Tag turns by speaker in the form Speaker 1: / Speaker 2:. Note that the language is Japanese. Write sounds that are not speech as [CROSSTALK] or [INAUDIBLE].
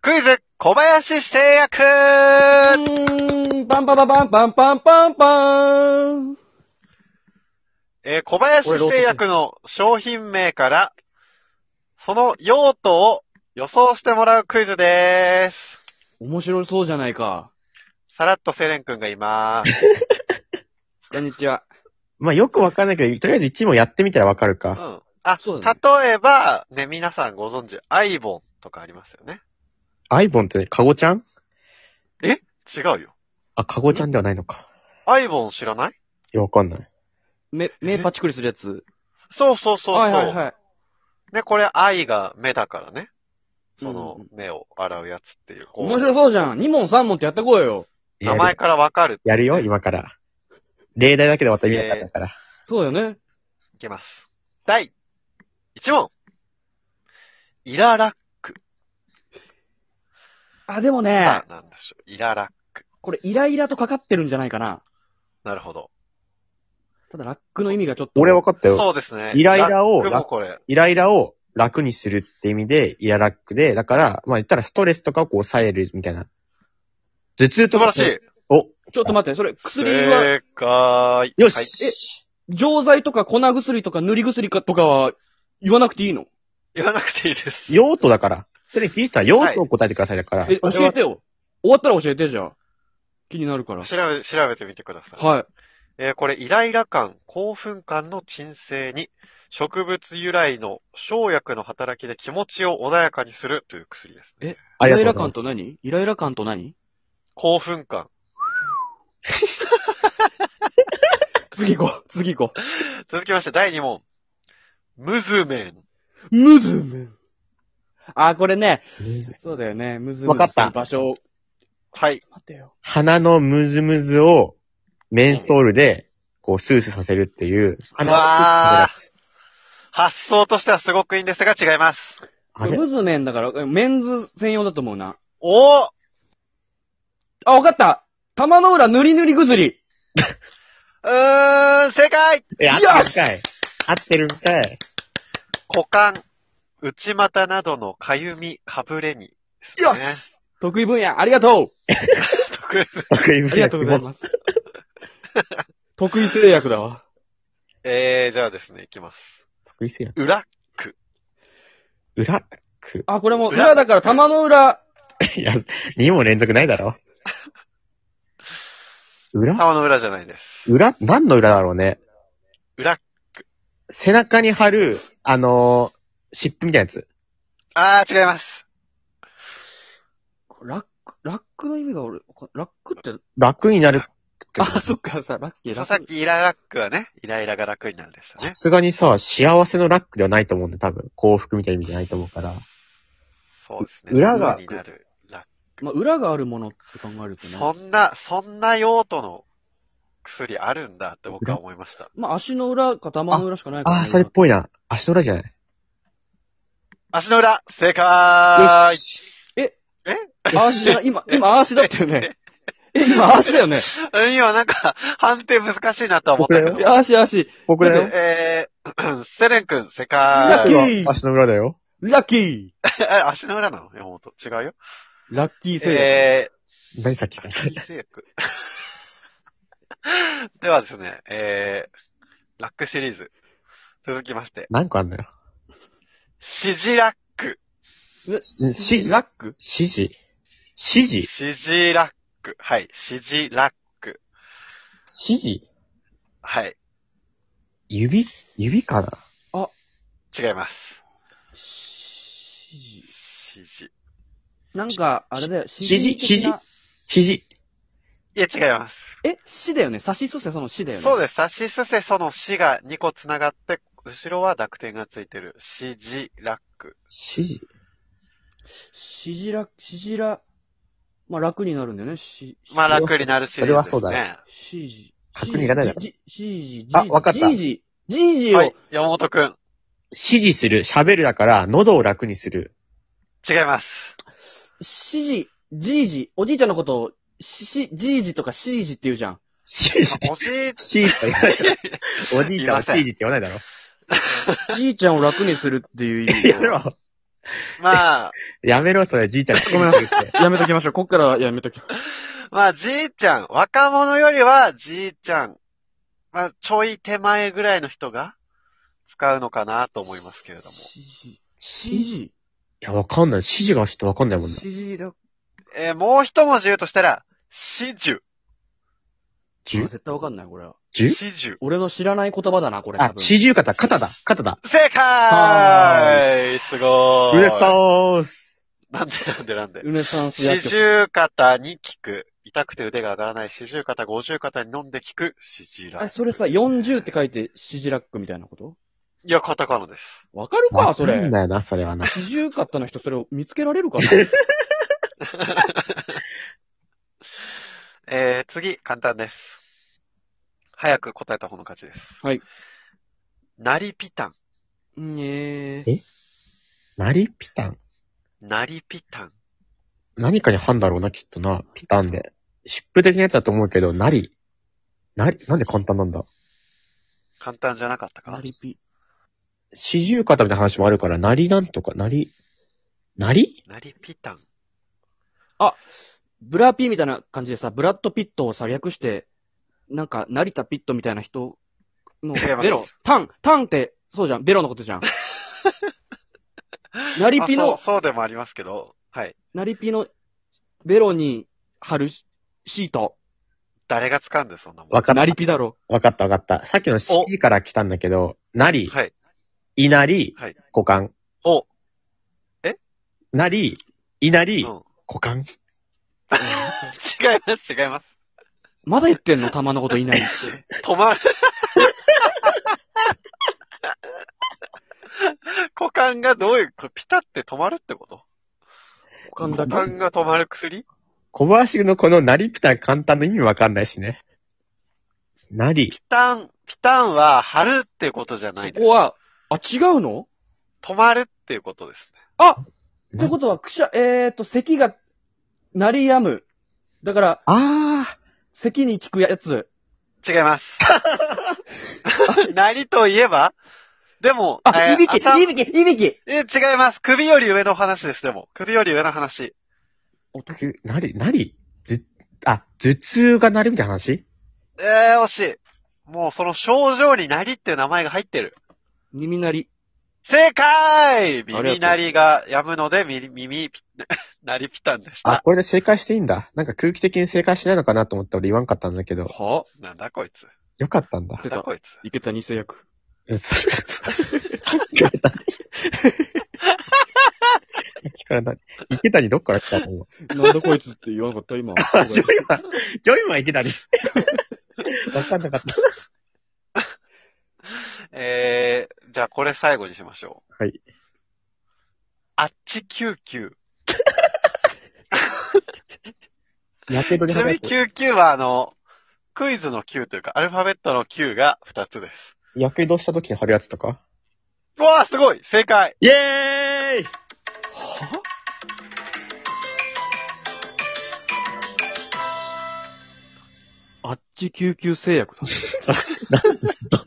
Speaker 1: クイズ、小林製薬
Speaker 2: バンバババンバンバンバンバン
Speaker 1: えー小林製薬の商品名から、その用途を予想してもらうクイズでーす。
Speaker 2: 面白そうじゃないか。
Speaker 1: さらっとセレン君がい
Speaker 2: [LAUGHS]
Speaker 1: ます。
Speaker 2: こんにちは。
Speaker 3: まあ、よくわかんないけど、とりあえず1問やってみたらわかる
Speaker 1: う
Speaker 3: か。
Speaker 1: ん。あ、
Speaker 2: そうだね
Speaker 1: 例えば、ね、皆さんご存知、アイボンとかありますよね。
Speaker 3: アイボンって、ね、カゴちゃん
Speaker 1: 違うよ。
Speaker 3: あ、カゴちゃんではないのか。
Speaker 1: アイボン知らない
Speaker 3: いや、わかんない。
Speaker 2: 目、目パチクリするやつ。
Speaker 1: そうそうそうそう。
Speaker 2: はいはいはい。
Speaker 1: ね、これ、愛が目だからね。その
Speaker 2: うんうん、
Speaker 1: 目を洗うやつっていう。こう
Speaker 2: 面白そうじゃん。2問3問ってやってこいよ。
Speaker 1: 名前からわかる。
Speaker 3: やるよ、今から。例題だけでまた意味なかったから。
Speaker 2: そうだよね。
Speaker 1: いきます。第1問。イララッ
Speaker 2: あ、でもね
Speaker 1: カ、なんでしょう。イララック。
Speaker 2: これイライラとかかってるんじゃないかな。
Speaker 1: なるほど。
Speaker 2: ただラックの意味がちょっと。
Speaker 3: 俺わかったよ。
Speaker 1: そうですね。
Speaker 3: イライラを
Speaker 1: ラックもこれ。
Speaker 3: イライラを楽にするって意味で、イララックで、だから、まあ言ったらストレスとかをこう抑えるみたいな。頭痛
Speaker 1: 素
Speaker 3: と
Speaker 1: 晴
Speaker 3: から
Speaker 1: しい。
Speaker 3: お、
Speaker 2: ちょっと待って、それ薬は、
Speaker 1: 正解。
Speaker 3: よ
Speaker 1: はい
Speaker 3: し、
Speaker 2: 錠剤とか粉薬とか塗り薬かとかは言わなくていいの
Speaker 1: 言わなくていいです。
Speaker 3: 用途だから。それ聞いたら用途を答えてくださいだから。
Speaker 2: え、教えてよ。終わったら教えてじゃあ。気になるから。
Speaker 1: 調べ、調べてみてください。
Speaker 2: はい。
Speaker 1: えーこれ、イライラ感、興奮感の鎮静に、植物由来の生薬の働きで気持ちを穏やかにするという薬ですね。
Speaker 3: あ
Speaker 2: イ
Speaker 3: り
Speaker 2: ライ
Speaker 3: が
Speaker 2: ラ
Speaker 3: とう
Speaker 2: 感
Speaker 3: ござ
Speaker 2: と
Speaker 3: います。
Speaker 2: 何イライラ感と何
Speaker 1: 興奮感。
Speaker 2: 次行こう。次行こ
Speaker 1: 続きまして、第2問。ムズメン。
Speaker 2: う。ムズメン。あ、これね。そうだよね。ムズム
Speaker 3: わか
Speaker 2: ズ
Speaker 3: っ
Speaker 2: す
Speaker 3: た
Speaker 2: る場所を。
Speaker 1: はい。
Speaker 2: 待てよ。
Speaker 3: 鼻のムズムズをメンソールで、こう、スースーさせるっていう。鼻を
Speaker 1: わー
Speaker 3: スースーさせる
Speaker 1: 発想としてはすごくいいんですが、違います。
Speaker 3: やつあれ
Speaker 2: ムズメンだから、メンズ専用だと思うな。
Speaker 1: おー
Speaker 2: あ、わかった玉の裏塗り塗り薬
Speaker 1: うーん、正解
Speaker 3: え、合ってるんかい。合ってるんかい。
Speaker 1: 股間、内股などのかゆみ、かぶれに、
Speaker 2: よし得意分野、ありがと
Speaker 1: 特別
Speaker 3: 得意
Speaker 2: うありがとうございます。 [LAUGHS] 得意制約だわ。
Speaker 1: [LAUGHS] えー、じゃあですね、いきます。
Speaker 3: 得意性やん。
Speaker 1: 裏、
Speaker 3: 裏、く、
Speaker 2: あ、これも、裏だから玉の裏、
Speaker 3: いや、2問連続ないだろ。裏
Speaker 1: 玉の裏じゃないです。
Speaker 3: 裏何の裏だろうね。
Speaker 1: 裏、
Speaker 3: 背中に貼る、あのー、湿布みたいなやつ。
Speaker 1: あー、違います。
Speaker 2: ラック、ラックの意味が俺、ラックって、
Speaker 3: 楽になるって
Speaker 2: あ、
Speaker 3: こと。
Speaker 2: そっか、さ、ラッキー、ラ
Speaker 1: さ
Speaker 2: ッ
Speaker 1: っきイララックはね、イライラが楽になるでしたね
Speaker 3: さ。すがにさ、幸せのラックではないと思うんだよ、多分。幸福みたいな意味じゃないと思うから。
Speaker 1: そうですね。
Speaker 3: 裏が
Speaker 1: 楽になるラッ
Speaker 2: まあ、裏があるものって考えると
Speaker 1: ク。
Speaker 2: ね。
Speaker 1: そんな、そんな用途の薬あるんだって僕は思いました。
Speaker 2: まあ、足の裏か玉の裏しかないから、ね。
Speaker 3: ああ、それっぽいな。足の裏じゃない。
Speaker 1: 足の裏、正解
Speaker 3: よし
Speaker 2: い。足じゃない今、今足だったよね。え、今足だよね。
Speaker 1: [LAUGHS] うん今なんか、判定難しいなとは思ったけど
Speaker 2: い。や足足。
Speaker 3: 僕だよ。
Speaker 1: えー、 [COUGHS] セレン君、正
Speaker 2: ラッキ
Speaker 1: 解。 [LAUGHS]
Speaker 2: ー
Speaker 3: 足の裏だよ。
Speaker 2: ラッキー
Speaker 1: 足の裏なの山本。違うよ。
Speaker 2: ラッキーせいや。
Speaker 1: え
Speaker 3: 何さっき
Speaker 1: ー、
Speaker 3: から。
Speaker 1: 足製薬。 [LAUGHS] ではですね、えー、ラックシリーズ。続きまして、
Speaker 3: 何個あんのよ。
Speaker 1: シジラック。
Speaker 3: し、
Speaker 2: ラック
Speaker 3: 指示指示
Speaker 1: シジラック。はい、シジラック。
Speaker 3: 指示
Speaker 1: はい、
Speaker 3: 指指かな
Speaker 1: 違います。
Speaker 2: し
Speaker 1: シジ。
Speaker 2: なんか、あれだよ、指
Speaker 3: 指示
Speaker 2: 的な
Speaker 3: 肘。
Speaker 1: いや、違います。
Speaker 2: え、死だよね。差しすせその死だよね。
Speaker 1: そう
Speaker 2: だ
Speaker 1: です。さしすせそのしが2個繋がって、後ろは濁点がついてる。シジラック。
Speaker 3: 指示
Speaker 2: しじら、しじら、まあ、楽になるんだよね。し、
Speaker 1: まあ、楽になるシリーズですね。
Speaker 3: それはそうだね
Speaker 2: しじ。
Speaker 3: 確認いらないだろ
Speaker 2: しじじ。
Speaker 3: あわかった
Speaker 2: じじ。じじを、
Speaker 1: はい、山本くん。
Speaker 3: 指示する、喋るだから、喉を楽にする。
Speaker 1: 違います。
Speaker 2: しじ、じいじ、おじいちゃんのことを、し、し、じいじとかしいじって言うじゃん。
Speaker 3: 指示
Speaker 1: おじい、
Speaker 3: 指示って言わないだ [LAUGHS] ろ。おじいちゃんを指示って言わないだろ。
Speaker 2: じいちゃんを楽にするっていう意味
Speaker 3: や
Speaker 2: を
Speaker 3: めろ。
Speaker 1: [LAUGHS] まあ、
Speaker 3: やめろ、それ、じいちゃん。ごめんなさい。
Speaker 2: やめときましょう。こっからはやめときましょう。
Speaker 1: まあ、じいちゃん、若者よりはじいちゃん、まあ、ちょい手前ぐらいの人が使うのかなと思いますけれども。
Speaker 2: 指
Speaker 3: い
Speaker 2: 示
Speaker 3: や、わかんない。指示がちょっとわかんないもん
Speaker 2: 指
Speaker 3: ね。
Speaker 2: 示だ。
Speaker 1: [LAUGHS] えーもう一文字言うとしたら、始終。
Speaker 2: あ
Speaker 3: 十
Speaker 2: 絶対わかんない、これは。
Speaker 3: 十
Speaker 1: 始終。
Speaker 2: 俺の知らない言葉だな、これ。
Speaker 3: あ
Speaker 2: 多、分
Speaker 3: 四十肩、肩だ、肩だ。
Speaker 1: 正解すご
Speaker 3: う
Speaker 1: ーい。
Speaker 3: れさーす。
Speaker 1: なんでなんでなんで。
Speaker 2: ルネサンス
Speaker 1: 四
Speaker 2: 薬局。
Speaker 1: 十肩に効く。痛くて腕が上がらない四十肩、五十肩に飲んで効く、シジラ
Speaker 2: あ、。それさ、40って書いて、シジラックみたいなこと
Speaker 1: いや、カタカナです。
Speaker 2: わかるか、そ
Speaker 3: わかん
Speaker 2: れ。
Speaker 3: だよな、それはな。
Speaker 2: 四十肩の人、それを見つけられるかな
Speaker 1: えー、次、簡単です。早く答えた方の勝ちです。
Speaker 2: はい。
Speaker 1: ナリピタン。
Speaker 2: ね
Speaker 3: えなりピタン。
Speaker 1: ナリピタン。
Speaker 3: 何かに半だろうな、きっとな。ピタンで。湿布的なやつだと思うけど、なり。なり、なんで簡単なんだ。
Speaker 1: 簡単じゃなかったか
Speaker 2: ナリピ。
Speaker 3: 四十肩みたいな話もあるから、なりなんとか、なり。なり
Speaker 1: ナリピタン。
Speaker 2: ブラピーみたいな感じでさ、ブラッド・ピットをさ、略して、なんか、成田ピットみたいな人の、
Speaker 1: 違います
Speaker 2: ベロ、タン、タンって、そうじゃん、ベロのことじ [LAUGHS] ゃん。ナリピ
Speaker 1: まあ
Speaker 2: の、
Speaker 1: そうそうでもありますけど、はい。
Speaker 2: ナリピの、ベロに貼るシート。
Speaker 1: 誰が使うんです、そんなもん。
Speaker 3: わかった
Speaker 2: ナリピだろ。
Speaker 3: わかったわかった。さっきの
Speaker 1: お
Speaker 3: C から来たんだけど、なり、
Speaker 1: はい。
Speaker 3: いなり、
Speaker 1: はい
Speaker 3: 股間。
Speaker 1: お、
Speaker 3: なり、いな
Speaker 1: うん。違
Speaker 3: り、
Speaker 1: い
Speaker 3: 股間。
Speaker 1: ます、違います。
Speaker 2: まだ言ってんの玉のこといないって。
Speaker 1: 止まる。股間がどういう、これピタって止まるってこと
Speaker 2: 股間だ
Speaker 1: 股
Speaker 2: け。
Speaker 1: 間が止まる薬
Speaker 3: 小林のこのなりピタン簡単の意味わかんないしね。なり、
Speaker 1: ピタン、ピタンは貼るってことじゃない
Speaker 2: そ
Speaker 1: です
Speaker 2: こ。は、あ、違うの
Speaker 1: 止まるっていうことですね。
Speaker 2: ってことは、くしゃ、えーと、咳が、鳴り止む。だから、
Speaker 3: あ
Speaker 2: 咳に効くやつ。
Speaker 1: 違い
Speaker 2: [LAUGHS]
Speaker 1: ます。なりといえばでも、
Speaker 2: あ、いびき、
Speaker 1: 頭
Speaker 2: いびき、いびき。
Speaker 1: え、違います。首より上の話です、でも。首より上の話。
Speaker 3: ー、くなり、なり、ず、あ、頭痛がなりみたいな話
Speaker 1: えー、惜しい。もうその症状になりっていう名前が入ってる。
Speaker 2: 耳鳴り。
Speaker 1: 正解
Speaker 2: がとう
Speaker 1: 耳鳴りが止むので、耳、耳 [LAUGHS] ピ、なりピタンでし
Speaker 3: あ、
Speaker 1: た。
Speaker 3: これで正解していいんだ。なんか空気的に正解しないのかなと思って俺言わんかったんだけど、
Speaker 2: は
Speaker 1: なんだこいつ。
Speaker 3: よかったんだ
Speaker 1: な。んだこいつ。
Speaker 2: 池谷製薬。
Speaker 3: うんそうさっきから何さっきから何池谷どっから来たの今
Speaker 2: なんだこいつって言わなかった今。
Speaker 3: ジョイマン、ジョイマン池谷。 [LAUGHS] わかんなかった。
Speaker 1: えー、じゃあこれ最後にしましょう。
Speaker 3: はい。
Speaker 1: あっち救急。
Speaker 3: やけど
Speaker 1: ち
Speaker 3: に
Speaker 1: なみ
Speaker 3: 話
Speaker 1: に
Speaker 3: す。
Speaker 1: 救急はあの、クイズの Q というか、アルファベットの Q が2つです。
Speaker 3: やけどした時に貼るやつとか
Speaker 1: うわーすごい正解
Speaker 3: イェーイ
Speaker 2: はあっち救急製薬だ。
Speaker 3: なんすっと。